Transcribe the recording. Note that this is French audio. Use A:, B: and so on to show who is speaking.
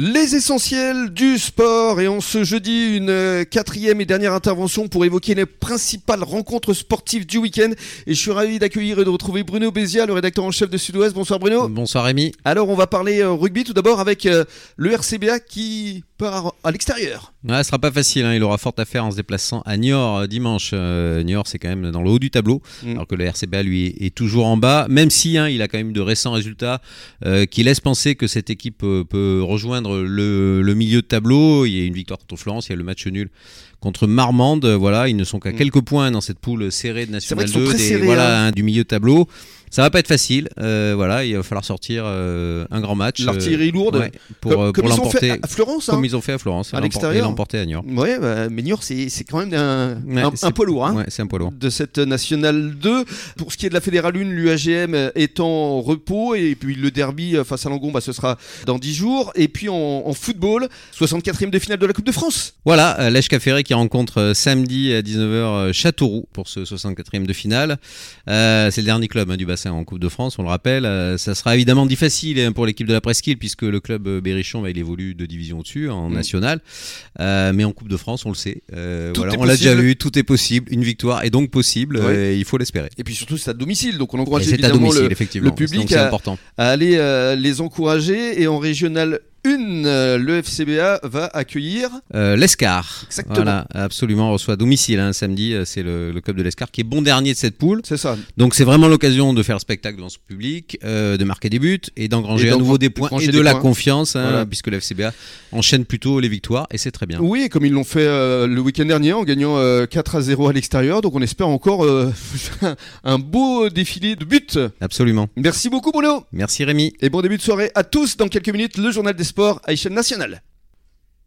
A: Les essentiels du sport et en ce jeudi une euh, quatrième et dernière intervention pour évoquer les principales rencontres sportives du week-end et je suis ravi d'accueillir et de retrouver Bruno Bézia, le rédacteur en chef de Sud-Ouest. Bonsoir Bruno.
B: Bonsoir Rémi.
A: Alors on va parler euh, rugby tout d'abord avec euh, le RCBA qui part à- à l'extérieur.
B: Ouais, ce sera pas facile, hein. il aura fort à faire en se déplaçant à Niort euh, dimanche. Euh, Niort c'est quand même dans le haut du tableau,
A: Mm.
B: alors que le RCBA lui est- est toujours en bas, même si hein, il a quand même de récents résultats euh, qui laissent penser que cette équipe euh, peut rejoindre le, le milieu de tableau. Il y a une victoire contre Florence, il y a le match nul contre Marmande. Euh, Voilà, ils ne sont qu'à
A: Mm.
B: quelques points dans cette poule serrée de National
A: qu'ils sont
B: 2,
A: très
B: des-
A: serrés,
B: voilà, hein, du milieu de tableau. Ça va pas être facile, euh, voilà, il va falloir sortir euh, un grand match. euh,
A: L'artillerie lourde
B: ouais, pour,
A: comme,
B: euh,
A: comme
B: pour
A: ils ont
B: l'emporter.
A: fait à- à Florence. Hein.
B: Comme ils ont fait à Florence,
A: À
B: et l'emporter-
A: l'extérieur.
B: et l'emporter à Niort.
A: Ouais, bah, mais Niort, c'est c'est quand même un,
B: Ouais,
A: un, un
B: c'est-
A: poids lourd. hein.
B: Ouais, c'est un poids lourd.
A: de cette nationale 2. Pour ce qui est de la fédérale 1, l'UAGM est en repos et puis le derby face à Langon, bah, ce sera dans 10 jours. Et puis en, en football, 64e de finale de la Coupe de France.
B: Voilà, euh, Lèche Caféré qui rencontre euh, samedi à 19h euh, Châteauroux pour ce 64e de finale. Euh, c'est le dernier club hein, du bassin en Coupe de France, on le rappelle. Euh, ça sera évidemment difficile hein, pour l'équipe de la Presqu'île puisque le club euh, Berrichon, bah, il évolue de division au-dessus en
A: Mm.
B: national. Euh, mais en Coupe de France, on le sait. Euh,
A: Tout
B: voilà,
A: est
B: on l'a déjà
A: possible.
B: vu, tout est possible. Une victoire est donc possible,
A: Oui.
B: euh, il faut l'espérer.
A: Et puis surtout, c'est à domicile, donc on
B: Et
A: encourage
B: c'est à
A: évidemment
B: domicile,
A: le,
B: effectivement.
A: le public
B: donc c'est
A: a-
B: important.
A: à aller euh, les encourager. Et en régionale 1, euh, le FCBA va accueillir.
B: Euh, L'Escar.
A: Exactement.
B: Voilà, absolument. On reçoit à domicile hein, samedi. euh, C'est le, le club de l'Escar qui est bon dernier de cette poule.
A: C'est ça.
B: Donc c'est vraiment l'occasion de faire le spectacle devant son public, euh, de marquer des buts et d'engranger
A: Et
B: à
A: d'en-
B: nouveau des
A: d'engranger
B: points et de
A: des
B: la
A: points.
B: confiance, hein,
A: Voilà.
B: puisque le FCBA enchaîne plutôt les victoires et c'est très bien.
A: Oui, et comme ils l'ont fait euh, le week-end dernier en gagnant euh, 4 à 0 à l'extérieur. Donc on espère encore euh, un beau défilé de buts.
B: Absolument.
A: Merci beaucoup, Bruno.
B: Merci Rémi.
A: Et bon début de soirée à tous. Dans quelques minutes, le journal des sports à échelle nationale.